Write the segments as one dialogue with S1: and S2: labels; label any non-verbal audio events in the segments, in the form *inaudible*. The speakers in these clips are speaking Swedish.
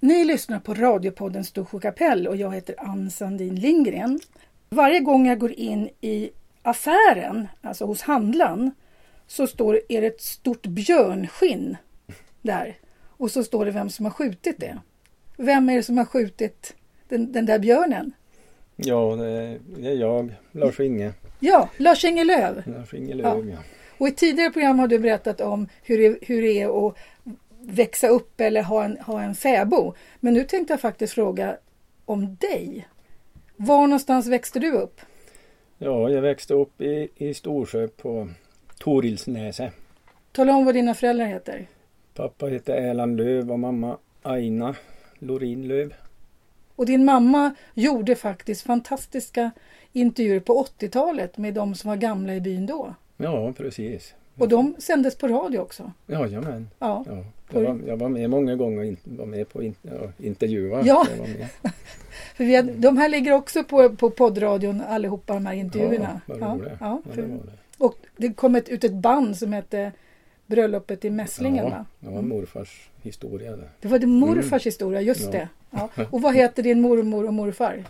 S1: Ni lyssnar på radiopodden Storsjö kapell och jag heter Ann Sandin Lindgren. Varje gång jag går in i affären, alltså hos handlaren, så står, är det ett stort björnskinn där. Och så står det vem som har skjutit det. Vem är det som har skjutit den, den där björnen?
S2: Ja, det är det är jag, Lars-Inge.
S1: Ja, Lars-Inge Lööf.
S2: Lars-Inge Lööf, ja.
S1: Och i tidigare program har du berättat om hur det, hur det är att växa upp eller ha en, ha en fäbo. Men nu tänkte jag faktiskt fråga om dig. Var någonstans växte du upp?
S2: Ja, jag växte upp i, i Storsjö på Torilsnäset.
S1: Tala om vad dina föräldrar heter.
S2: Pappa hette Erland Löv och mamma Aina Lorin Löv.
S1: Och din mamma gjorde faktiskt fantastiska intervjuer på 80-talet med de som var gamla i byn då.
S2: Ja, precis.
S1: Och de sändes på radio också.
S2: Jajamän.
S1: Ja.
S2: Ja, jag, var, jag var med många gånger och in- var med på in, ja, intervjuer.
S1: Ja.
S2: Jag var med.
S1: För vi hade, de här ligger också på, på poddradion allihopa, de här intervjuerna.
S2: Ja, vad roligt.
S1: ja,
S2: Ja,
S1: för,
S2: det var det.
S1: och det kom ett, ut ett band som hette Bröllopet i Mässlingen.
S2: Ja,
S1: va?
S2: det var morfars historia. Där.
S1: Det var din morfars historia, just
S2: Ja.
S1: det.
S2: *laughs*
S1: Ja. Och vad heter din mormor och morfar?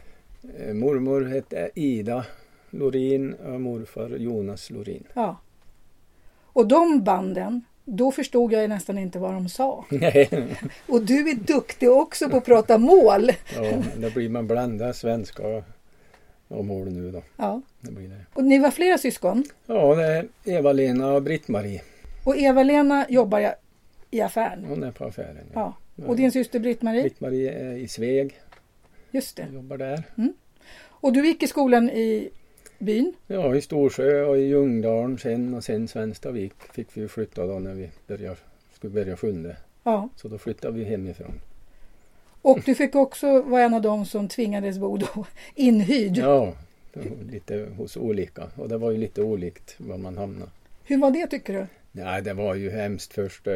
S2: Eh, Mormor hette Ida Lorin och morfar Jonas Lorin. *laughs*
S1: Ja. Och de banden, då förstod jag ju nästan inte vad de sa.
S2: Nej,
S1: Och du är duktig också på att prata mål.
S2: *laughs* ja, då blir man blandad svenska och- och mål nu då.
S1: Ja.
S2: Det blir det.
S1: Och ni var flera syskon.
S2: Ja, det är Eva-Lena och Britt-Marie.
S1: Och Eva-Lena jobbar jag i affären.
S2: Hon är på affären. Ja.
S1: Ja. Och din syster Britt-Marie,
S2: Britt-Marie är i Sveg
S1: just
S2: och
S1: det.
S2: jobbar där.
S1: Och du gick i skolan i byn.
S2: Ja, i Storsjö och i Ljungdalen sen och sen Svenstavik fick vi ju flytta då när vi började, skulle börja sjunde.
S1: Ja.
S2: Så då flyttade vi hemifrån.
S1: Och du fick också vara en av dem som tvingades bo då, inhyrd.
S2: Ja, det var lite hos olika. Och det var ju lite olikt var man hamnade.
S1: Hur var det tycker du?
S2: Nej, det var ju hemskt. Första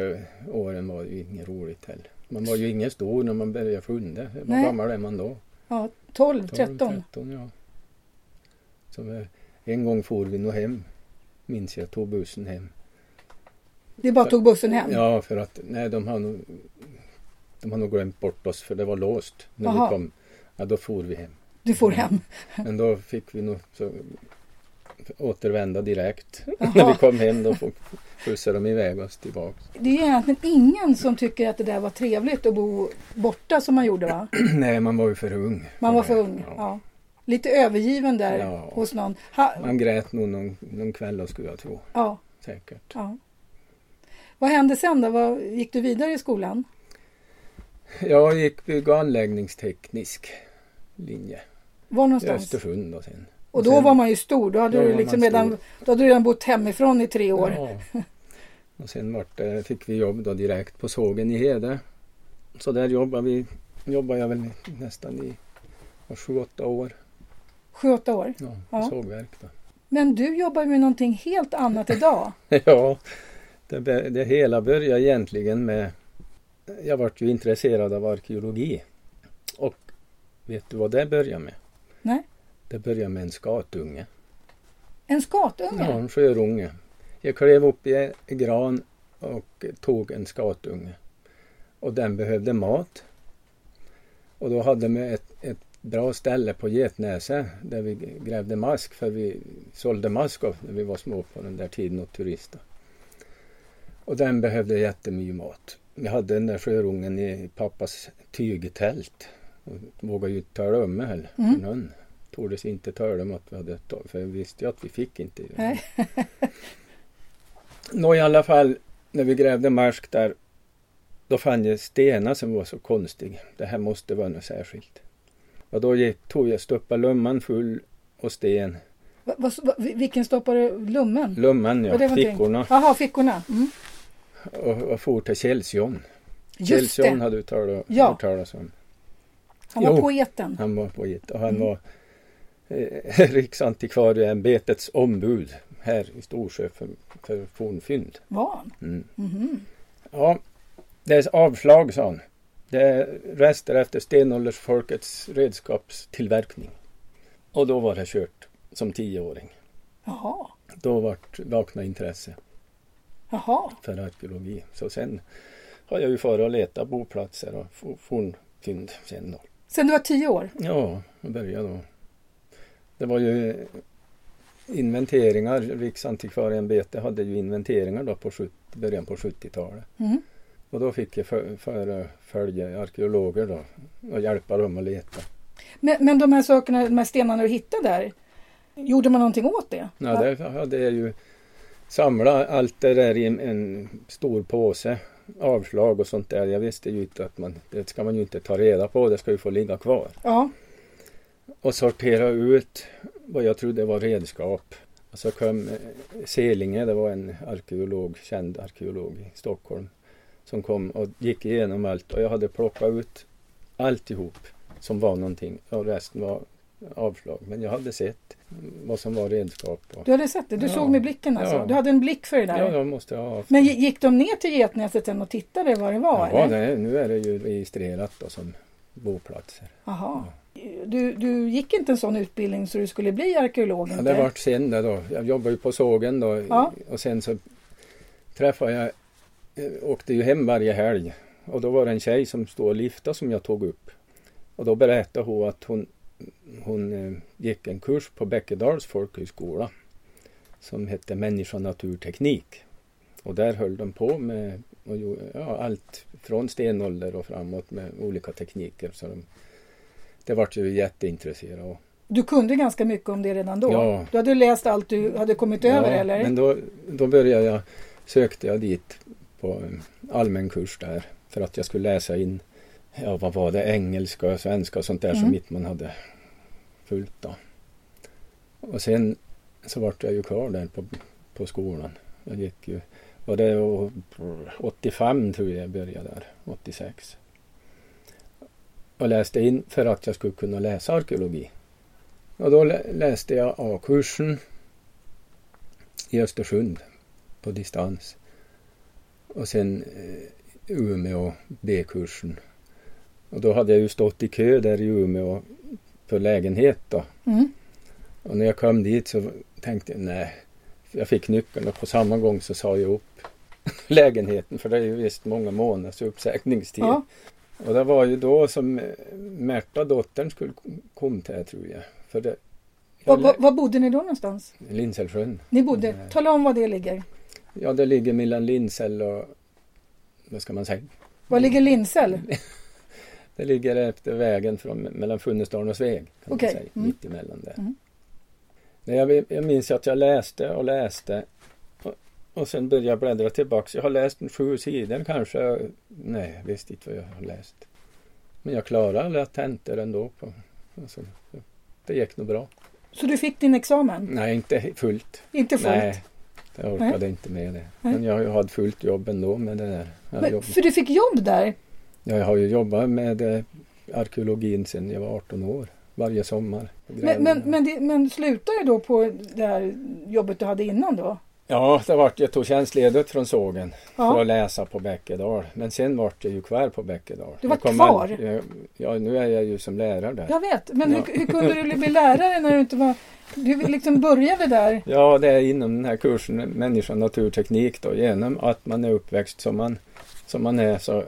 S2: åren var ju inget roligt heller. Man var ju ingen stor när man började sjunde. Vad
S1: Nej.
S2: gammal är man då?
S1: Ja, 12,
S2: 12,
S1: 13.
S2: 13 ja. Så vi- en gång for vi nog hem. Minns jag, tog bussen hem.
S1: Det bara tog bussen hem.
S2: Ja, för att nej, de har nog, de har nog glömt bort oss för det var låst när
S1: Jaha.
S2: vi kom. Ja, då for vi hem.
S1: Du får hem.
S2: Men då fick vi nog så, återvända direkt.
S1: Jaha.
S2: när vi kom hem då fick- skjutsade de iväg oss tillbaka.
S1: Det är ju egentligen ingen som tycker att det där var trevligt att bo borta som man gjorde va?
S2: *clears throat* nej, man var ju för ung.
S1: Man var för
S2: det.
S1: ung. Ja. Lite övergiven där
S2: Ja.
S1: hos någon. Ha,
S2: Man grät nog någon, någon kväll skulle jag tro.
S1: ja,
S2: Säkert.
S1: ja. Vad hände sen då? Vad, gick du vidare i skolan?
S2: Jag gick bygg och anläggningsteknisk linje
S1: Var
S2: i
S1: någonstans?
S2: Östersund då sen.
S1: Och då
S2: sen-
S1: var man ju stor. Då hade,
S2: Då var
S1: du,
S2: man
S1: liksom
S2: stor.
S1: redan, då hade du redan bott hemifrån i tre år.
S2: Ja. Och sen vart, det- fick vi jobb då direkt på sågen i Hede. Så där jobbade, vi, jobbade jag väl nästan i var sju, åtta år.
S1: Sju, åtta år.
S2: Ja, på
S1: Ja.
S2: sågverk då.
S1: Men du jobbar ju med någonting helt annat idag.
S2: *laughs* ja, det, bör- det hela började egentligen med... Jag vart ju intresserad av arkeologi. Och vet du vad det började med?
S1: Nej.
S2: Det började med en skatunge.
S1: En
S2: Ja,
S1: skatunge?
S2: en sjörunge. Jag klev upp i en gran och tog en skatunge. Och den behövde mat. Och då hade vi ett, ett bra ställe på Getnäset där vi grävde mask för vi sålde mask av när vi var små på den där tiden åt turister. Och den behövde jättemycket mat. Vi hade den där sjörungen i pappas tygtält. Och vågade ju inte tala om det heller för
S1: Mm.
S2: någon. Tordes inte tala om att vi hade tag- för jag visste ju att vi fick inte.
S1: Nej.
S2: *laughs* Nå i alla fall, när vi grävde marsk där, då fann jag stenar som var så konstiga. Det här måste vara något särskilt. Och då gick, tog jag stoppa lumman full och sten.
S1: Va, va, va, vilken stoppade du? Lummen?
S2: Lumman
S1: Vad är
S2: ja,
S1: det för någonting?
S2: fickorna.
S1: Jaha, fickorna. Mm.
S2: Och, och for till Kjellsjon.
S1: Just
S2: Kjellsjon
S1: det,
S2: hade du talat,
S1: Ja.
S2: hört talas om.
S1: han var
S2: Jo.
S1: poeten.
S2: Han var poet och han
S1: Mm.
S2: var eh, *laughs* Riksantikvarieämbetets ombud här i Storsjö för, för fornfynd.
S1: Var han?
S2: Mm.
S1: Mhm.
S2: Ja, det är avslag sa han. Det är rester efter stenåldersfolkets redskapstillverkning. Och då var det kört som tioåring.
S1: Jaha.
S2: Då vart vakna intresse
S1: Jaha.
S2: för arkeologi. Så sen har jag ju farit och letat boplatser och for- forn, fynd sen då.
S1: Sen du var tio år?
S2: Ja, jag började då. Det var ju inventeringar. Riksantikvarieämbetet hade ju inventeringar då på 70, början på 70-talet.
S1: Mm.
S2: Och då fick jag för- förfölja arkeologer då och hjälpa dem att leta.
S1: Men, men de här sakerna, de här stenarna du hittade där, gjorde man någonting åt det?
S2: Ja, Där hade jag ju samlat allt det där i en, en stor påse. Avslag och sånt där. Jag visste ju inte att man, det ska man ju inte ta reda på. Det ska ju få ligga kvar.
S1: ja.
S2: och sortera ut vad jag trodde var redskap. Och så kom eh, Selinge, det var en arkeolog, känd arkeolog i Stockholm, som kom och gick igenom allt och jag hade plockat ut alltihop som var någonting och resten var avslag. Men jag hade sett mm, vad som var redskap. Och,
S1: Du hade sett det? Du
S2: Ja.
S1: såg med blicken alltså?
S2: Ja.
S1: Du hade en blick för det där?
S2: ja, jag måste ha haft.
S1: Men gi- gick de ner till Getnäset sen och tittade vad det var?
S2: ja,
S1: eller?
S2: nej, nu är det ju registrerat då, som boplatser.
S1: Jaha. Du, du gick inte en sån utbildning så du skulle bli arkeolog?
S2: Ja,
S1: inte?
S2: det vart sen där då. Jag jobbade ju på sågen då
S1: Ja.
S2: och sen så träffade jag, eh, åkte ju hem varje helg och då var det en tjej som stod och lyfta som jag tog upp. Och då berättade hon att hon, hon eh, gick en kurs på Bäckedals folkhögskola som hette Människa, natur, teknik. Och där höll de på med och, gjorde, ja, allt från stenålder och framåt med olika tekniker. Så de, det vart ju jätteintresserad och
S1: Du kunde ganska mycket om det redan då?
S2: Ja.
S1: Du hade läst allt du hade kommit över eller?
S2: men då, då började jag, sökte jag dit på en allmän kurs där för att jag skulle läsa in, ja vad var det, engelska och svenska och sånt där
S1: Mm.
S2: som mitt man hade fullt då. Och sen så vart jag ju kvar där på, på skolan. Jag gick ju, var det å- 85 tror jag jag började där, 86. Och läste in för att jag skulle kunna läsa arkeologi. Och då lä- läste jag A-kursen i Östersund på distans. Och sen eh, Umeå B-kursen. Och då hade jag ju stått i kö där i Umeå för lägenhet då.
S1: Mm.
S2: Och när jag kom dit så tänkte jag nej. Jag fick nyckeln och på samma gång så sa jag upp *laughs* lägenheten för det är ju visst många månaders uppsägningstid.
S1: Ja.
S2: Och det var ju då som eh, Märta, dottern, skulle komma till tror jag. För det,
S1: Var,
S2: jag,
S1: var, var bodde ni då någonstans?
S2: Lindsälvsjön.
S1: Ni bodde,
S2: Nej.
S1: tala om var det ligger.
S2: Ja, det ligger mellan Lindsel och... Vad ska man säga?
S1: Var ligger Lindsel?
S2: Det ligger efter vägen från, mellan Funäsdalen och Sveg. Kan
S1: Okej,
S2: man säga,
S1: mm.
S2: Mitt emellan där.
S1: Mm.
S2: Nej, jag, jag minns att jag läste och läste. Och, och sen började jag bläddra tillbaks. Jag har läst en sju sidor kanske. Nej, jag visste inte vad jag har läst. Men jag klarade alla tentor ändå. På, alltså, det gick nog bra.
S1: Så du fick din examen?
S2: Nej, inte fullt.
S1: Inte fullt?
S2: Nej, jag orkade inte med det. Men jag har ju haft fullt jobb ändå med det där. Jag
S1: Men,
S2: jobb-
S1: för du fick jobb där?
S2: Ja, jag har ju jobbat med eh, arkeologin sedan jag var 18 år. Varje sommar.
S1: Men, men, men, det, men slutade du då på det här jobbet du hade innan då?
S2: Ja, det vart, jag tog tjänstledigt från sågen för
S1: Ja.
S2: att läsa på Bäckedal. Men sen vart jag ju kvar på Bäckedal.
S1: Du var
S2: Jag kom
S1: kvar?
S2: ald- jag, ja, nu är jag ju som lärare där. Ja,
S1: Jag vet, men
S2: Ja.
S1: hur, hur kunde du bli lärare när du inte var... Du liksom började där.
S2: det är inom den här kursen Människa, natur, teknik då. Genom att man är uppväxt som man, som man är så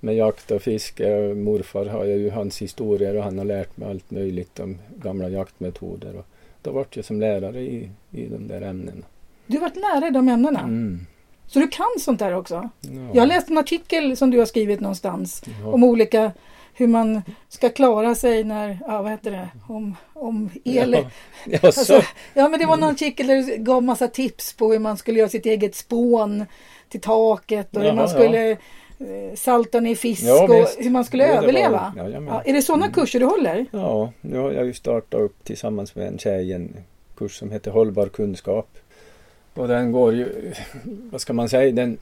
S2: med jakt och fiske och morfar har jag ju hans historier och han har lärt mig allt möjligt om gamla jaktmetoder. Och då vart jag som lärare i, i de där ämnena.
S1: Du har varit lärare i de ämnena.
S2: Mm.
S1: Så du kan sånt där också?
S2: Ja.
S1: Jag läste en artikel som du har skrivit någonstans
S2: Ja.
S1: om olika hur man ska klara sig när, ja vad heter det, om, om el.
S2: Ja,
S1: Ja.
S2: ja, så.
S1: Alltså, ja men det
S2: Mm.
S1: var någon artikel där du gav massa tips på hur man skulle göra sitt eget spån till taket och hur
S2: Jaha,
S1: man
S2: ja.
S1: skulle eh, salta ner fisk
S2: Ja,
S1: och
S2: visst.
S1: hur man skulle
S2: Jo, det var- Mm.
S1: överleva.
S2: jajamän.
S1: Ja, är det sådana kurser du håller?
S2: Ja, nu har jag ju startat upp tillsammans med en tjej en kurs som heter Hållbar kunskap. Och den går ju, vad ska man säga, den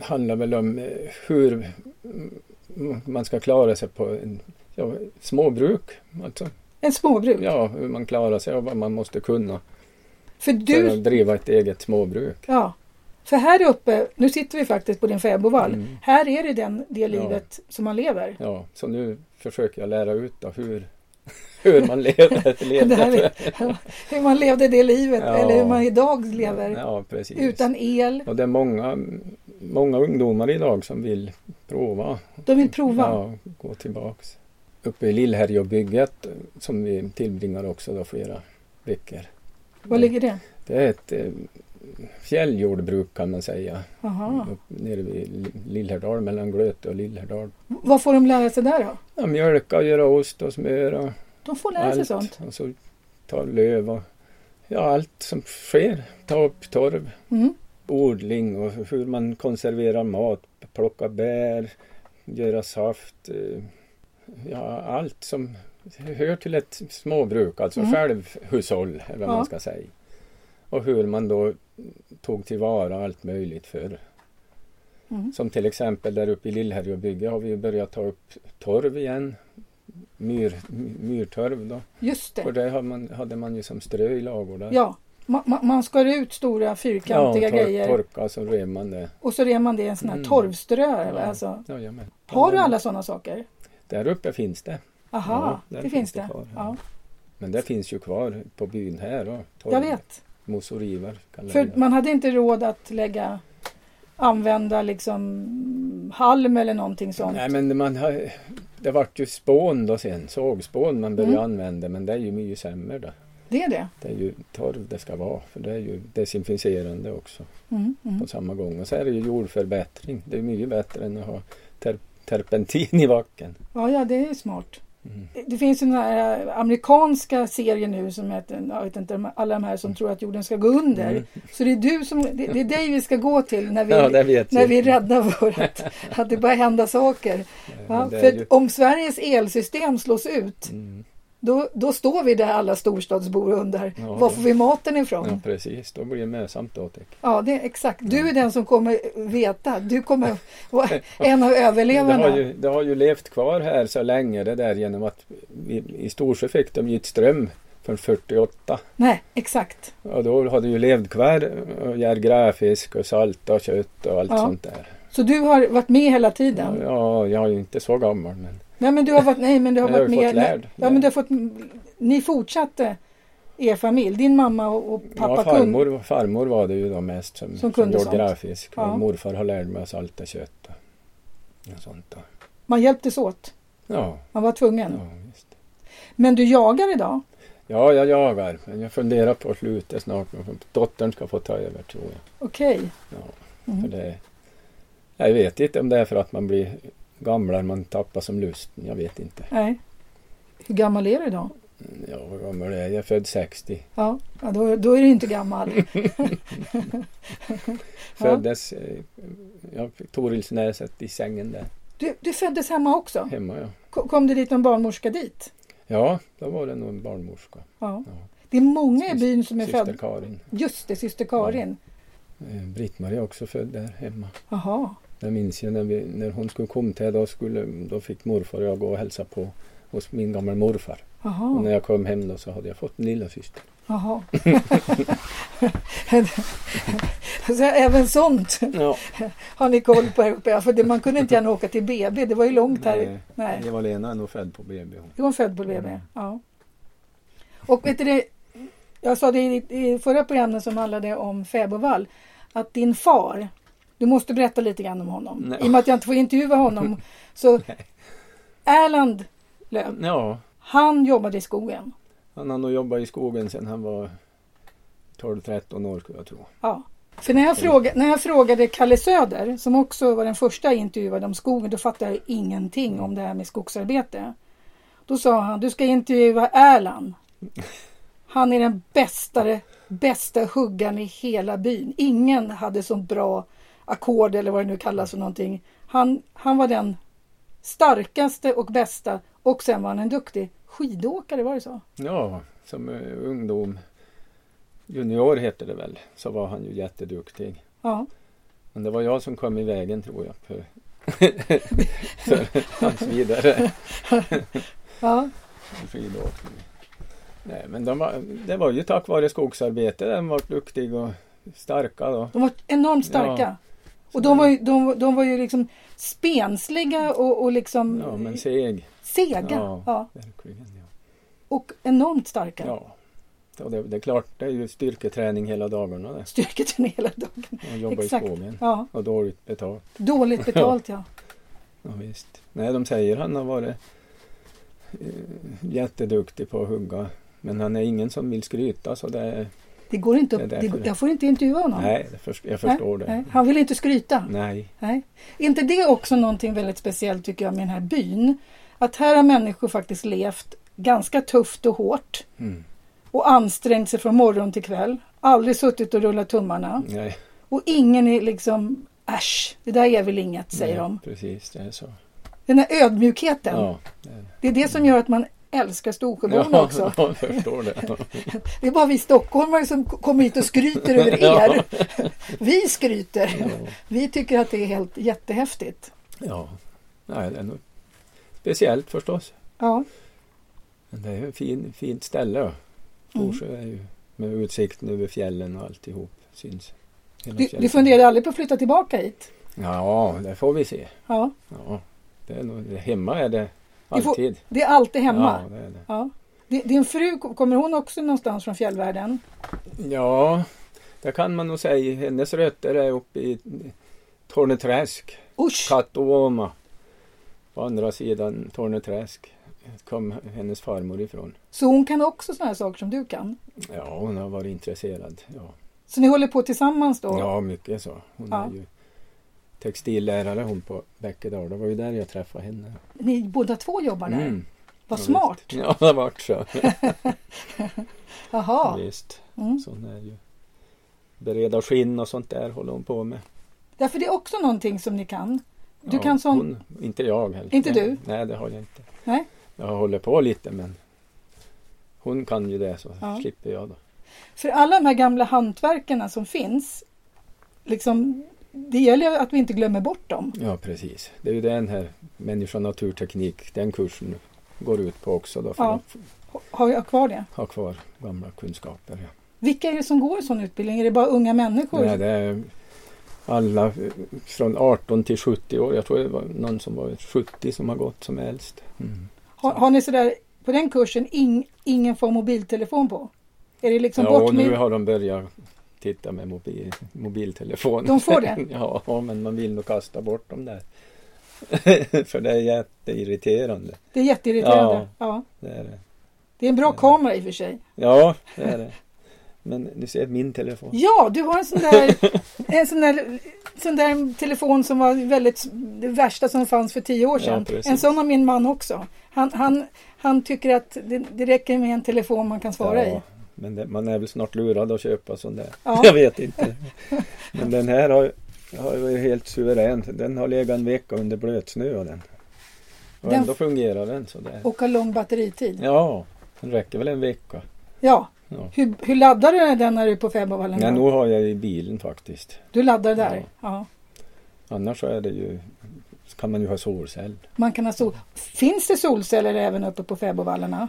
S2: handlar väl om eh, hur mm, man ska klara sig på en, ja, småbruk. Alltså,
S1: En småbruk?
S2: ja, hur man klarar sig och vad man måste kunna
S1: För
S2: för
S1: du,
S2: att driva ett eget småbruk.
S1: ja. För här uppe, nu sitter vi faktiskt på din fäbodvall.
S2: Mm.
S1: Här är det den, det
S2: Ja.
S1: livet som man lever.
S2: Ja, så nu försöker jag lära ut då hur, *laughs* hur man
S1: *laughs*
S2: lever.
S1: Det här är, hur man levde det livet
S2: Ja.
S1: eller hur man idag lever
S2: Ja, precis.
S1: utan el.
S2: Och det är många många ungdomar idag som vill prova.
S1: De vill prova?
S2: Ja, gå tillbaks. Uppe i Lillhärjebygget som vi tillbringar också då flera veckor.
S1: Var ligger det?
S2: Det är ett eh, fjälljordbruk kan man säga.
S1: Aha.
S2: Upp, nere vid Li- Lillhärdal, mellan Glöte och Lillhärdal.
S1: Vad får de lära sig där då?
S2: Ja, mjölka och göra ost och smör och
S1: De får lära sig
S2: allt.
S1: sånt.
S2: Och så ta löv och ja, allt som sker. Ta upp torv,
S1: Mm.
S2: odling och hur man konserverar mat, plocka bär, göra saft. eh, Ja, allt som hör till ett småbruk, alltså
S1: Mm.
S2: självhushåll eller vad
S1: Ja.
S2: man ska säga. Och hur man då tog tillvara allt möjligt förr.
S1: Mm.
S2: Som till exempel där uppe i Lillhärjebygge har vi ju börjat ta upp torv igen. Myr, myrtorv då.
S1: Just
S2: Och
S1: det.
S2: det hade man, hade man ju som strö i ladugårdar.
S1: Ja, man, man skar ut stora fyrkantiga
S2: tor-
S1: grejer
S2: torka så rev man det.
S1: och så rev man det i en sån här
S2: Mm.
S1: torvströ.
S2: Ja.
S1: Alltså.
S2: Jajamän.
S1: Har du alla sådana saker?
S2: Där uppe finns det.
S1: Aha,
S2: Ja,
S1: det
S2: där
S1: finns,
S2: finns det
S1: det.
S2: kvar,
S1: ja.
S2: ja. Men det finns ju kvar på byn här. Och torv,
S1: Jag vet.
S2: Mosorivar kallar vi
S1: För
S2: det.
S1: man hade inte råd att lägga använda liksom halm eller någonting sånt.
S2: Nej men man har, det vart ju spån då sen, sågspån man började
S1: Mm.
S2: använda men det är ju mycket sämre då.
S1: Det är det.
S2: Det är ju torv det ska vara för det är ju desinficerande också
S1: Mm, mm.
S2: på samma gång. Och så är det ju jordförbättring. Det är mycket bättre än att ha ter- terpentin i backen.
S1: Ja, ja, det är ju smart.
S2: Mm.
S1: Det finns ju den här eh, amerikanska serien nu som heter, jag vet inte, de- alla de här som tror att jorden ska gå under.
S2: Mm.
S1: Så det är du som, det, det är dig vi ska gå till när vi,
S2: Ja det vet
S1: när
S2: jag.
S1: vi är rädda för
S2: *laughs*
S1: att, att det börjar hända saker.
S2: Men
S1: Ja,
S2: det
S1: för
S2: är ju-
S1: om Sveriges elsystem slås ut,
S2: Mm.
S1: då, då står vi där alla storstadsbor undrar,
S2: Ja,
S1: var
S2: det-
S1: får vi maten ifrån?
S2: Ja Mm.
S1: Ja.
S2: precis, då blir det mösamt då. tycker jag.
S1: det är exakt. Du är den som kommer veta. Du
S2: *laughs*
S1: kommer vara en av överlevarna.
S2: Det har, ju, det har ju levt kvar här så länge det där genom att i, i Storsjö fick de Gyttström från 48.
S1: Nej, exakt.
S2: Och då har det ju levt kvar och gör gräfisk och salt och kött och allt
S1: Ja.
S2: sånt där.
S1: Så du har varit med hela tiden?
S2: Ja, jag är ju inte så gammal men
S1: Nej, men du har varit, nej, men du har
S2: Men jag har
S1: varit
S2: ju
S1: med.
S2: fått lärd.
S1: Ja, men du har fått, ni fortsatte er familj, din mamma och, och pappa
S2: ja,
S1: Kung.
S2: farmor, farmor var det ju då mest som,
S1: Som
S2: som,
S1: kunde
S2: gjorde
S1: sånt.
S2: gräfisk.
S1: Ja.
S2: Och morfar har lärt mig att salta kött och, och sånt. Då.
S1: Man hjälptes åt.
S2: Ja,
S1: Man var tvungen.
S2: ja, visst.
S1: Men du jagar idag?
S2: ja, jag jagar men jag funderar på att sluta snart. men Dottern ska få ta över tror jag.
S1: Okej.
S2: Ja,
S1: Mm.
S2: för det, jag vet inte om det är för att man blir gamlare, man tappar som lusten. Jag vet inte. Mm,
S1: Nej. Hur gammal är du idag?
S2: Ja, hur gammal är jag? Jag är född 60.
S1: Ja, ja då, då är du inte gammal.
S2: Föddes eh, ja, Torilsnäset i sängen där
S1: Du, du föddes hemma också?
S2: hemma. Ja,
S1: Ko- Kom det dit en barnmorska dit?
S2: ja då var det nog en barnmorska.
S1: Ja.
S2: Ja.
S1: Det är många i byn som är
S2: Syster
S1: födda.
S2: Karin.
S1: Just det, syster Karin.
S2: Eh, Britt-Marie är också född där hemma.
S1: Jaha.
S2: Jag minns ju när, vi, när hon skulle komma till då, skulle, då fick morfar och jag gå och hälsa på hos min gamla morfar. Och när
S1: Jaha.
S2: jag kom hem då så hade jag fått en lilla syster.
S1: Jaha. *laughs* Så även sånt
S2: Ja,
S1: har ni koll på här uppe. Ja, För det, man kunde inte gärna åka till BB. Det var ju långt här.
S2: Nej.
S1: Nej.
S2: eh, Eva-Lena är nog född på BB. hon.
S1: Är hon född på BB? Ja. Och vet du det, jag sa det i, i förra programmet som handlade om Fäbodvall, att din far, du måste berätta lite grann om honom.
S2: Nej.
S1: I och med att jag inte får intervjua honom. Så Erland Löf,
S2: Ja,
S1: han jobbade i skogen.
S2: Han har nog jobbat i skogen sedan han var 12-13 år skulle jag tro.
S1: Ja. För när jag, fråga, när jag frågade Kalle Söder, som också var den första jag intervjuade om skogen, då fattade jag ingenting om det här med skogsarbete. Då sa han, du ska intervjua Erland. Han är den bästa, bästa huggaren i hela byn. Ingen hade så bra ackord eller vad det nu kallas för någonting. Han, han var den starkaste och bästa och sen var han en duktig skidåkare, var det så?
S2: Ja, som eh, ungdom, junior heter det väl, så var han ju jätteduktig.
S1: Ja,
S2: Men det var jag som kom i vägen tror jag för, *laughs* för hans vidare
S1: ja,
S2: skidåkning. Nej, men de var, det var ju tack vare skogsarbete de var duktig och starka då.
S1: De var enormt starka.
S2: Ja.
S1: och de var, ju, de, de var ju liksom spensliga och, och liksom
S2: Ja, men seg.
S1: sega. Ja.
S2: Ja. Verkligen, ja.
S1: Och enormt starka.
S2: ja. Och det, det är klart, det är ju styrketräning hela dagarna det.
S1: Styrketräning hela dagen.
S2: Och jobba
S1: Exakt.
S2: i skogen.
S1: Ja,
S2: Och dåligt betalt.
S1: dåligt betalt ja.
S2: Ja, visst. Nej, de säger han har varit eh, jätteduktig på att hugga. Men han är ingen som vill skryta så det är...
S1: Det går inte
S2: Det
S1: upp.
S2: är
S1: Det,
S2: därför.
S1: jag får inte intervjua honom.
S2: Nej, det först, jag förstår
S1: Nej,
S2: det.
S1: nej. Han vill inte skryta.
S2: Nej.
S1: Nej. Är inte det också någonting väldigt speciellt tycker jag med den här byn? Att här har människor faktiskt levt ganska tufft och hårt
S2: Mm.
S1: och ansträngt sig från morgon till kväll. Aldrig suttit och rullat tummarna.
S2: Nej.
S1: Och ingen är liksom äsch, det där är väl inget, säger
S2: nej,
S1: de.
S2: Precis, det är så.
S1: Den här ödmjukheten.
S2: Ja,
S1: Det är det som gör att man älskar Storsjöbon
S2: *laughs* ja,
S1: också.
S2: jag
S1: *laughs*
S2: förstår det.
S1: Det är bara vi stockholmare som k- kommer hit och skryter
S2: *laughs*
S1: över er. Vi skryter.
S2: Ja.
S1: Vi tycker att det är helt jättehäftigt.
S2: ja. Nej, det är nog speciellt förstås.
S1: Ja,
S2: Men det är ju ett fin, fint ställe. ja.
S1: Mm.
S2: Forsö är ju med utsikten över fjällen och alltihop syns. Hela
S1: du, du
S2: fjällen.
S1: funderar aldrig på att flytta tillbaka hit?
S2: Ja, det får vi se.
S1: Ja,
S2: Ja, det är nog, hemma är det
S1: Vi får-
S2: alltid.
S1: det är alltid hemma.
S2: Ja, det är det.
S1: Ja. Di- Din fru, kommer hon också någonstans från fjällvärlden?
S2: ja, det kan man nog säga. Hennes rötter är uppe i Torneträsk,
S1: Usch!
S2: Kattuoma. På andra sidan Torneträsk kom hennes farmor ifrån.
S1: Så hon kan också sådana här saker som du kan?
S2: Ja, hon har varit intresserad. Ja,
S1: Så ni håller på tillsammans då?
S2: ja mycket så. Hon
S1: Ja.
S2: är ju textillärare hon på Bäckedal. Det var ju där jag träffade henne.
S1: Ni båda två jobbar där?
S2: Mm,
S1: Vad
S2: ja,
S1: smart!
S2: visst. Ja, det vart så.
S1: Jaha.
S2: Visst.
S1: Mm.
S2: Så hon är ju bereda skinn och sånt där håller hon på med.
S1: Därför det är också någonting som ni kan? Du
S2: Ja,
S1: kan sån...
S2: hon- inte jag heller.
S1: Inte
S2: Nej,
S1: du?
S2: Nej, det har jag inte.
S1: Nej.
S2: Jag håller på lite men hon kan ju det så
S1: Ja.
S2: slipper jag då.
S1: För alla de här gamla hantverkarna som finns, liksom, det gäller ju att vi inte glömmer bort dem.
S2: Ja, precis. Det är ju den här människa och naturteknik, den kursen går ut på också då för
S1: Ja.
S2: att
S1: Har jag kvar det?
S2: ha kvar gamla kunskaper. Ja.
S1: Vilka är det som går en sån utbildning? Är det bara unga människor?
S2: Nej, det är alla eh, från 18 till 70 år. Jag tror det var någon som var 70 som har gått som äldst. Mm.
S1: har, har ni sådär, på den kursen, ing, ingen får mobiltelefon på? Är det liksom
S2: Ja,
S1: bort
S2: och nu
S1: med...
S2: har de börjat titta med mobil, mobiltelefon.
S1: De får det?
S2: *laughs* ja, men man vill nog kasta bort dem där. *laughs* För det är jätteirriterande.
S1: Det är jätteirriterande. Ja.
S2: Det är det.
S1: Det är en bra
S2: Ja.
S1: kamera i och för sig.
S2: Ja, det är det. Men du ser min telefon.
S1: Ja, du har en sån där, en sån där, sån där telefon som var väldigt, det värsta som fanns för tio år
S2: Ja,
S1: sedan.
S2: precis.
S1: en sån har min man också. Han, han, han tycker att det, det räcker med en telefon man kan svara i.
S2: Ja, men det, man är väl snart lurad att köpa sån där.
S1: Ja.
S2: *laughs* Jag vet inte. Men den här har, har varit helt suverän. Den har legat en vecka under blötsnö och den. Och
S1: Den-
S2: ändå fungerar den sådär.
S1: Och har lång batteritid. Ja.
S2: Ja, den räcker väl en vecka. Ja.
S1: Hur, hur laddar du den när du är på Fäbodvallen?
S2: Nej,
S1: då?
S2: nu har jag i bilen faktiskt.
S1: Du laddar där?
S2: Ja.
S1: Ja.
S2: Annars så är det ju, så kan man ju ha solcell.
S1: Man kan ha sol... Finns det solceller även uppe på Fäbodvallarna?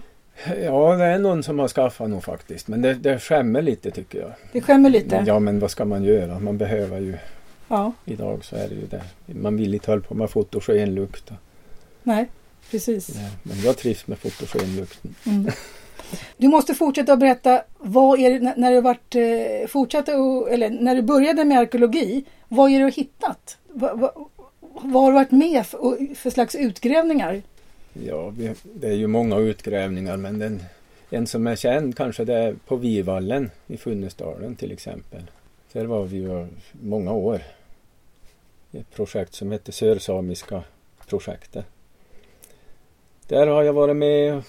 S2: Ja, det är någon som har skaffat nog faktiskt. Men det, det skämmer lite tycker jag.
S1: Det skämmer lite. Ja.
S2: Ja, men vad ska man göra? Man behöver ju, idag så är det ju det. Man vill inte hålla på med fotogenlukt. och
S1: Nej, precis.
S2: det. Men jag trivs med fotogenlukten.
S1: Mm. Du måste fortsätta att berätta, vad är det, när- när, du varit, eh, fortsatte och, eller när du började med arkeologi, vad är det du har hittat? Vad, vad, vad har du varit med för, och för slags utgrävningar?
S2: Ja, vi, det är ju många utgrävningar men den, en som är känd kanske det är på Vivallen i Funäsdalen till exempel. Där var vi ju många år. i Ett projekt som hette Sörsamiska projektet. Där har jag varit med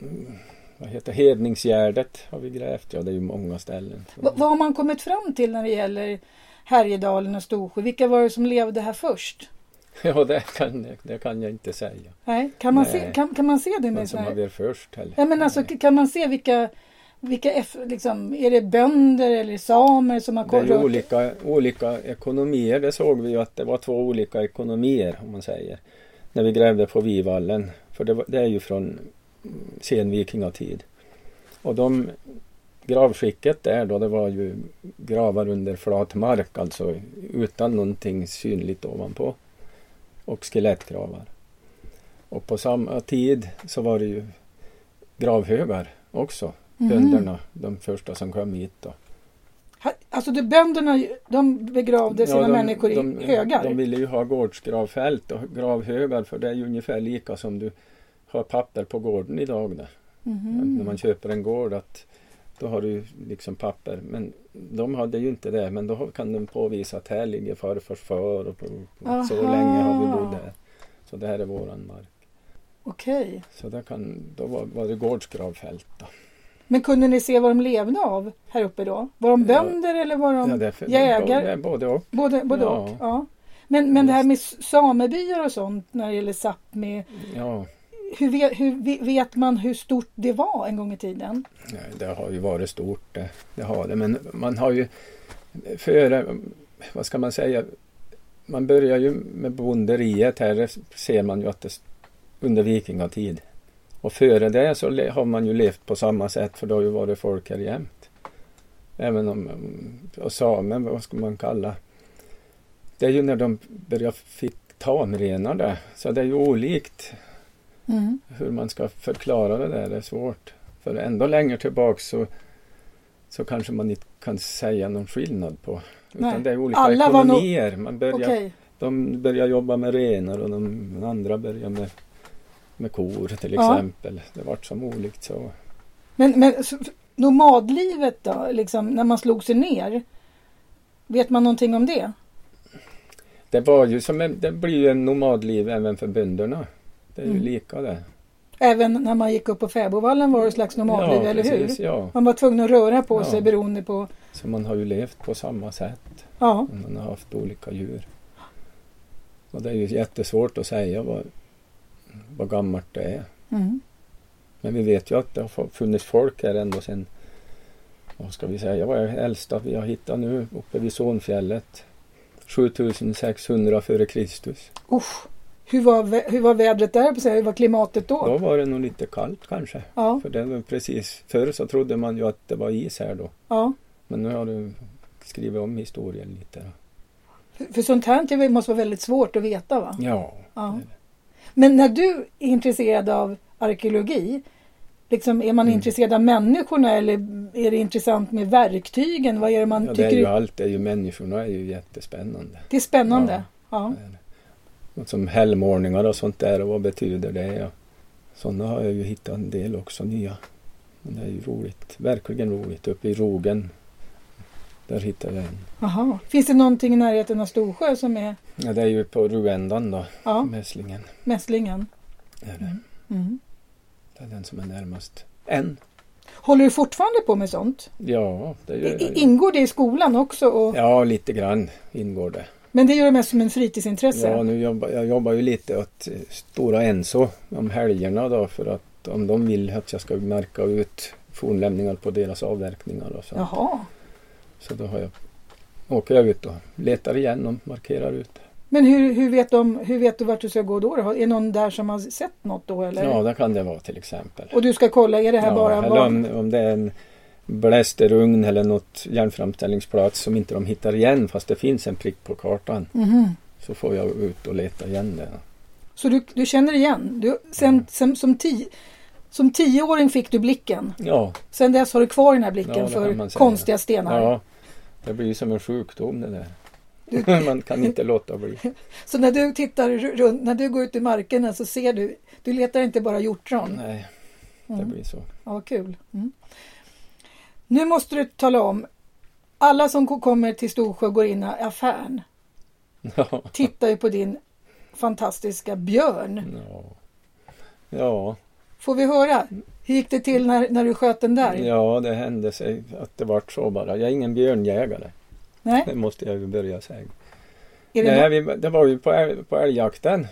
S2: mm, vad heter Hedningsgärdet har vi grävt. Ja, det är ju många ställen.
S1: Va, vad har man kommit fram till när det gäller Härjedalen och Storsjö? Vilka var det som levde här först?
S2: Ja, det kan, det kan jag inte säga.
S1: Nej, kan, man,
S2: Nej. Alltså,
S1: Se, kan, kan man se det
S2: Den
S1: med
S2: som
S1: sådana
S2: har
S1: här?
S2: varit först heller.
S1: Ja, men alltså, k- kan man se vilka, vilka F, liksom, är det bönder eller samer som har
S2: Det är ju
S1: rört-
S2: olika, olika ekonomier. Det såg vi ju att det var två olika ekonomier om man säger. När vi grävde på Vivallen. För det, var, det är ju från mm, sen vikingatid. Och de gravskicket där då det var ju gravar under flat mark alltså utan någonting synligt ovanpå. Och skelettgravar. Och på samma tid så var det ju gravhögar också
S1: Mhm. Mm.
S2: bönderna, de första som kom hit. Då.
S1: Ha- Alltså de bönderna de begravde sina
S2: Ja, de-
S1: människor i
S2: de-
S1: högar.
S2: De ville ju ha gårdsgravfält och gravhögar för det är ju ungefär lika som du har papper på gården idag. Där.
S1: Mhm.
S2: När man köper en gård att då har du ju liksom papper. Men de hade ju inte det. Men då kan de påvisa att här ligger farfars far och på, på, så
S1: Aha.
S2: länge har vi bott här. Så det här är våran mark.
S1: Okej.
S2: Så där kan, då var, var det gårdsgravfält. Då.
S1: Men kunde ni se vad de levde av här uppe då? Var de bönder eller var de
S2: Ja, därför,
S1: jägare?
S2: Både, både och.
S1: både både
S2: Ja.
S1: och? Ja. Men, men det här med samebyar och sånt när det gäller Sápmi.
S2: Ja,
S1: Hur, vet- hur ve- vet man hur stort det var en gång i tiden?
S2: nej, det har ju varit stort det. det, har det. Men man har ju före, vad ska man säga, man börjar ju med bonderiet här. Det ser man ju att det under vikingatid. Och före det så le- har man ju levt på samma sätt för det har ju varit folk här jämt. Även om, och samer, vad ska man kalla Det är ju när de börjar fick tamrenar där. Så det är ju olikt
S1: Mm.
S2: hur man ska förklara det där det är svårt. För ändå längre tillbaks så, så kanske man inte kan säga någon skillnad på. Utan
S1: Nej.
S2: det är olika
S1: Alla var nog-
S2: ekonomier. Man börjar,
S1: Okej.
S2: De börjar jobba med renar och de andra börjar med, med kor till
S1: Ja.
S2: exempel. Det vart som olikt så.
S1: Men, men s- nomadlivet då? Liksom, när man slog sig ner? Vet man någonting om det?
S2: Det, var ju som en, det blir ju en nomadliv även för bönderna. Det är ju
S1: Mm.
S2: lika det.
S1: Även när man gick upp på fäbodvallen var det ett slags nomadliv,
S2: ja,
S1: eller
S2: precis,
S1: hur?
S2: Ja,
S1: Man var tvungen att röra på
S2: Ja.
S1: sig beroende på...
S2: så man har ju levt på samma sätt.
S1: Ja.
S2: om man har haft olika djur. Och det är ju jättesvårt att säga vad, vad gammalt det är.
S1: Mm.
S2: Men vi vet ju att det har funnits folk här ända sedan, vad ska vi säga, vad är det äldsta vi har hittat nu uppe vid Sonfjället? 7600 före Kristus.
S1: Usch. Hur, var, vä- hur var vädret där? på sig? Hur var klimatet då?
S2: Då var det nog lite kallt kanske.
S1: Ja,
S2: För det var precis, förr så trodde man ju att det var is här då.
S1: ja.
S2: Men nu har du skrivit om historien lite.
S1: För, för sånt här tycker jag måste vara väldigt svårt att veta va?
S2: Ja,
S1: Ja. Men när du är intresserad av arkeologi, liksom, är man
S2: Mm.
S1: intresserad av människorna eller är det intressant med verktygen? Vad är det man
S2: ja det
S1: tycker?
S2: är ju allt, det är ju människorna är ju jättespännande.
S1: det är spännande. Ja.
S2: Något som helgmålningar och sånt där och vad betyder det? Och sådana har jag ju hittat en del också nya. Men det är ju roligt, verkligen roligt. Uppe i Rogen, där hittade jag en.
S1: Aha. Finns det någonting i närheten av Storsjö som är
S2: Ja, det är ju på Ruändan då,
S1: ja,
S2: mässlingen.
S1: mässlingen?
S2: Är det.
S1: Mm.
S2: det är den som är närmast. En.
S1: Håller du fortfarande på med sånt?
S2: Ja, det
S1: I,
S2: gör jag
S1: i-
S2: ju.
S1: ingår det i skolan också? Och,
S2: Ja, lite grann ingår det.
S1: Men det gör du mest som en fritidsintresse?
S2: Ja, nu jobbar, jag jobbar ju lite åt eh, Stora Enso om helgerna då för att om de vill att jag ska märka ut fornlämningar på deras avverkningar. Och så.
S1: Jaha.
S2: så då har jag, åker jag ut och letar igen och markerar ut.
S1: Men hur, hur, vet de, hur vet du vart du ska gå då? då? Har- Är det någon där som har sett något då? Eller?
S2: Ja, där kan det vara till exempel.
S1: Och du ska kolla, är det här
S2: ja,
S1: bara
S2: eller
S1: van...
S2: om, om det är en blästerugn eller något järnframställningsplats som inte de hittar igen fast det finns en prick på kartan.
S1: Mhm.
S2: Så får jag ut och leta igen det.
S1: Så du, du känner igen? Du, sen,
S2: Mm.
S1: sen, som, ti, som tioåring fick du blicken.
S2: Ja,
S1: Sen dess har du kvar den här blicken
S2: Ja, det kan
S1: för
S2: man säga.
S1: konstiga stenar.
S2: ja, det blir ju som en sjukdom det
S1: *laughs*
S2: där. Man kan inte låta bli.
S1: Så när du tittar ru- runt, när du går ut i markerna så ser du, du letar inte bara hjortron.
S2: Nej, det
S1: Mm.
S2: blir så. *laughs*
S1: Ja, vad kul. Mm. Nu måste du tala om, alla som ko- kommer till Storsjö och går in i affären
S2: Ja.
S1: tittar ju på din fantastiska björn.
S2: Ja. Ja.
S1: Får vi höra? Hur gick det till när, när du sköt den där?
S2: ja, det hände sig att det vart så bara. Jag är ingen björnjägare.
S1: Nej?
S2: Det måste jag ju börja säga.
S1: Är det
S2: Nej, vi, det var ju på, älg, på älgjakten.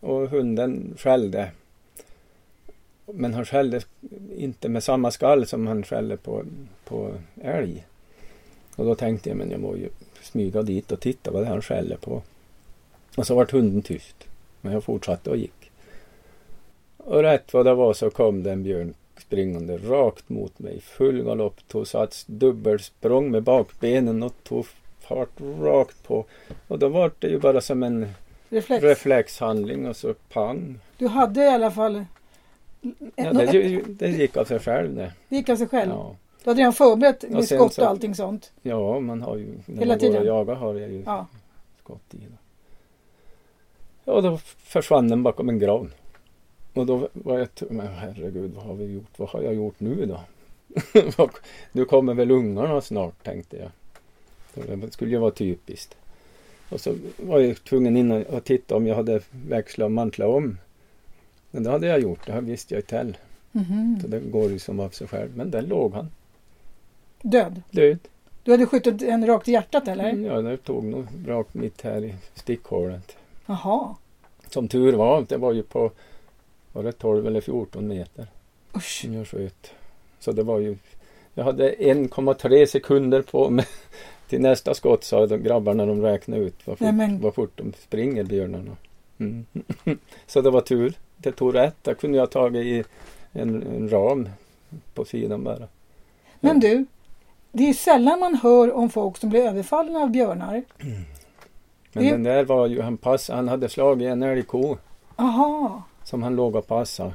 S2: Och hunden skällde. Men han skällde inte med samma skall som han skällde på, på älg. Och då tänkte jag, men jag måste ju smyga dit och titta vad det är han skäller på. Och så vart hunden tyst. Men jag fortsatte och gick. Och rätt vad det var så kom det en björn springande rakt mot mig. i Full galopp, tog sats, dubbelsprång med bakbenen och tog fart rakt på. Och då var det ju bara som en
S1: reflex?
S2: reflexhandling och så pang.
S1: Du hade i alla fall
S2: Ja, det, ju- det gick av sig själv det.
S1: Det gick av sig själv.
S2: Ja,
S1: Du hade redan förberett med
S2: sen
S1: skott
S2: så-
S1: och allting sånt.
S2: ja man har ju... När
S1: Hela
S2: man går
S1: tiden.
S2: och jagar har jag ju
S1: Ja.
S2: skott i. Då. Ja, då försvann den bakom en gran. Och då var jag... t- Men herregud, vad har vi gjort? Vad har jag gjort nu då? *laughs* nu kommer väl ungarna snart, tänkte jag. Så Det skulle ju vara typiskt. Och så var jag tvungen in och titta om jag hade växlat och mantlat om. Men det hade jag gjort, det här visste jag i Tell.
S1: Mhm.
S2: Så det går ju som av sig själv. Men där låg han,
S1: Död.
S2: död. Mm,
S1: Du hade skjutit en rakt i hjärtat eller?
S2: Ja, det tog nog rakt mitt här i stickhålet.
S1: Jaha.
S2: Som tur var, det var ju på var det 12 eller 14 meter
S1: Usch.
S2: som jag sköt. Så det var ju... Jag hade 1,3 sekunder på mig *laughs* till nästa skott sa de grabbarna de räknade ut vad fort,
S1: Nej, men-
S2: vad fort de springer björnarna. Mm. *laughs* Så det var tur. Det tog rätt. Där kunde jag tagit i en, en ram på sidan bara.
S1: Men du, det är sällan man hör om folk som blir överfallna av björnar.
S2: Men
S1: det-
S2: den där var ju... Han, pass, han hade slagit en älgko.
S1: Aha.
S2: Som han låg och passade.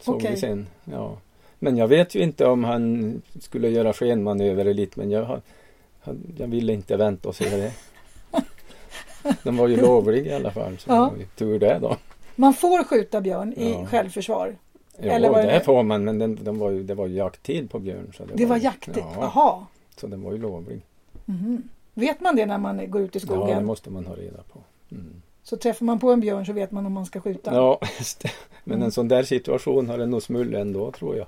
S2: Såg
S1: Okej.
S2: vi sen. Ja. Men jag vet ju inte om han skulle göra skenmanöver eller lite men jag, har- han- jag ville inte vänta och se det.
S1: *laughs*
S2: De var ju lovliga i alla fall. Så
S1: Ja.
S2: det var ju tur det då.
S1: Man får skjuta björn i
S2: Ja.
S1: självförsvar.
S2: Ja,
S1: Eller var det-
S2: det, får man men den, de var ju, det var ju jakttid på björn. Så det,
S1: Det var
S2: ju-
S1: jaktigt.
S2: Ja,
S1: Aha.
S2: så den var ju lovlig.
S1: Mhm. Vet man det när man går ut i
S2: Ja, det
S1: skogen?
S2: måste man ha reda på. Mm.
S1: Så träffar man på en björn så vet man om man ska skjuta.
S2: Ja, *laughs* just det. Men
S1: Mm.
S2: en sån där situation har det nog smull ändå tror jag.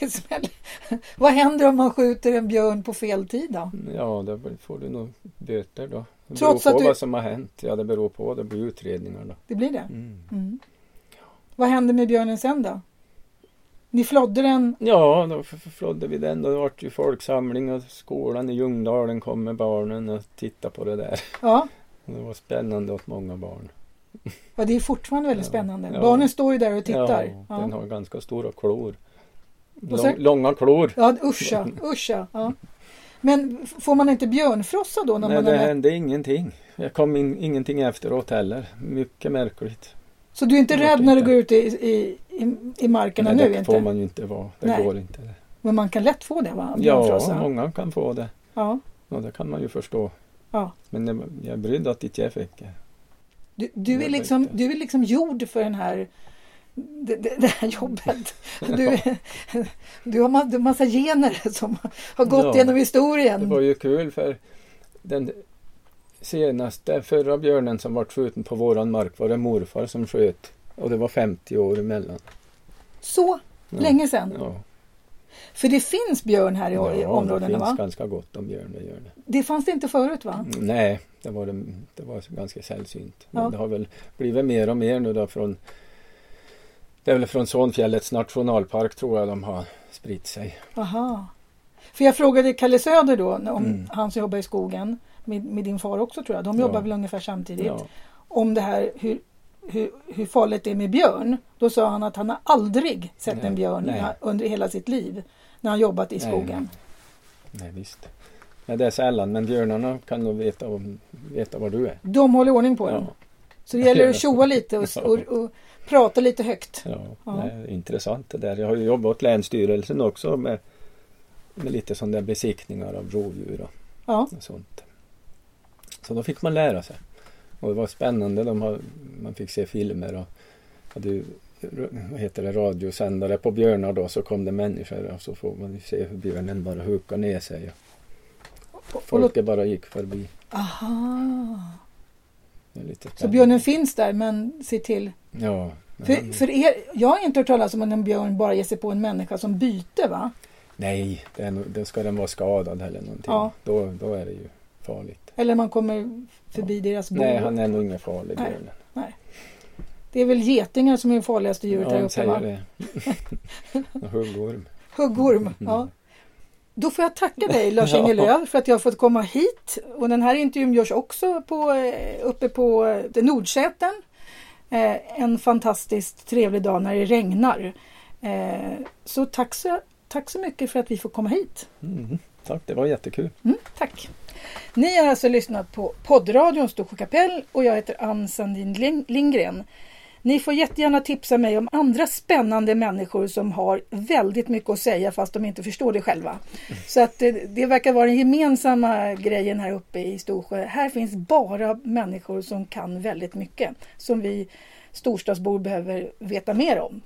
S1: Det smäller. *laughs* Vad händer om man skjuter en björn på fel tid då?
S2: Ja, då får du nog böter då. Det
S1: Trots
S2: beror
S1: att
S2: på
S1: du-
S2: vad som har hänt. Ja, det beror på. Det blir utredningar då.
S1: Det blir det? Mm. Vad hände med björnen sen då? Ni flodde den?
S2: Ja, då f- f- flodde vi den. Då var det ju folksamling och skolan i Ljungdalen kom med barnen och tittade på det där.
S1: Ja.
S2: Och Det var spännande åt många barn.
S1: ja, det är fortfarande väldigt
S2: Ja.
S1: spännande.
S2: Ja.
S1: Barnen står ju där och tittar.
S2: Ja,
S1: Ja,
S2: Den har ganska stora klor.
S1: Vad
S2: Lång,
S1: säger-
S2: långa klor.
S1: ja usch ja, usch ja. ja. Men f- får man inte björnfrossa då när
S2: Nej,
S1: man har
S2: det
S1: med?
S2: hände ingenting. Det kom in, ingenting efteråt heller. Mycket märkligt.
S1: Så du är inte
S2: Jag
S1: rädd
S2: vet
S1: när du
S2: inte.
S1: går ut i, i, i, i markerna nu?
S2: Nej, det får
S1: Inte.
S2: man ju inte vara. Det
S1: Nej.
S2: går inte.
S1: Men man kan lätt få det va?
S2: Ja,
S1: Björnfrossa?
S2: många kan få det.
S1: ja.
S2: Ja, det kan man ju förstå.
S1: Ja.
S2: Men jag, jag är brydd att inte jag fick det.
S1: Du, du, är
S2: Jag
S1: liksom,
S2: vet inte.
S1: du är liksom gjord för den här, det, det, det här jobbet. Du, är- *laughs* du har ma- du har massa gener som har gått
S2: Ja.
S1: genom historien.
S2: Det var ju kul för den senaste, förra björnen som var skjuten på våran mark var det morfar som sköt. Och det var 50 år emellan.
S1: Så
S2: Ja.
S1: länge sedan.
S2: Ja,
S1: För det finns björn här i
S2: ja,
S1: i
S2: det
S1: områdena
S2: finns
S1: va?
S2: ganska gott om björn. Det gör det.
S1: Det fanns det inte förut va?
S2: Mm, Nej, det var, det, det var ganska sällsynt. Men
S1: Ja.
S2: det har väl blivit mer och mer nu då från det är väl från Sonfjällets nationalpark tror jag de har spritt sig.
S1: Aha. För jag frågade Kalle Söder då, om
S2: Mm.
S1: han som jobbar i skogen, med, med din far också tror jag, de
S2: Ja.
S1: jobbar väl ungefär samtidigt,
S2: Ja,
S1: om det här hur, hur, hur farligt det är med björn. Då sa han att han har aldrig sett
S2: Nej,
S1: en björn
S2: nej.
S1: när- under hela sitt liv när han jobbat i
S2: Nej.
S1: skogen.
S2: nej visst. Ja, det är sällan, men björnarna kan nog veta, om, veta var du är.
S1: De håller ordning på den.
S2: Ja.
S1: Så det gäller att tjoa lite och, och, och prata lite högt.
S2: Ja,
S1: Ja.
S2: Det är intressant det där. Jag har ju jobbat åt Länsstyrelsen också med, med lite sådana där besiktningar av rovdjur och,
S1: Ja,
S2: och sånt. Så då fick man lära sig. Och det var spännande. De har, man fick se filmer och hade ju, vad heter det, radiosändare på björnar då. Så kom det människor och så får man ju se hur björnen bara hukar ner sig. Och
S1: och låt-
S2: folket bara gick förbi.
S1: aha.
S2: Det är lite
S1: Så
S2: spännande.
S1: björnen finns där men se till.
S2: Ja. men
S1: För,
S2: han-
S1: för er, jag har inte hört talas om att en björn bara ger sig på en människa som byte va?
S2: Nej, det är, nog- då ska den vara skadad eller någonting.
S1: Ja.
S2: Då, då är det ju farligt.
S1: Eller man kommer förbi deras bo.
S2: Nej, han är nog ingen farlig
S1: Nej,
S2: björnen.
S1: Det är väl getingar som är det farligaste djuret här
S2: de
S1: uppe
S2: säger
S1: va?
S2: det. *laughs* Och huggorm. Mm.
S1: Huggorm. Ja. Då får jag tacka
S2: *laughs*
S1: dig Lars-Inge Lööf för att jag har fått komma hit. Och den här intervjun görs också på, eh, uppe på eh, Nordsäten. Eh, En fantastiskt trevlig dag när det regnar. Eh, Så tack så, tack så mycket för att vi får komma hit.
S2: Mm. Tack, det var jättekul.
S1: Mm, tack! Ni har alltså lyssnat på poddradion Storsjö kapell och jag heter Ann Sandin Ling- Lindgren. Ni får jättegärna tipsa mig om andra spännande människor som har väldigt mycket att säga fast de inte förstår det själva. Så att det, det verkar vara den gemensamma grejen här uppe i Storsjö. Här finns bara människor som kan väldigt mycket som vi storstadsbor behöver veta mer om.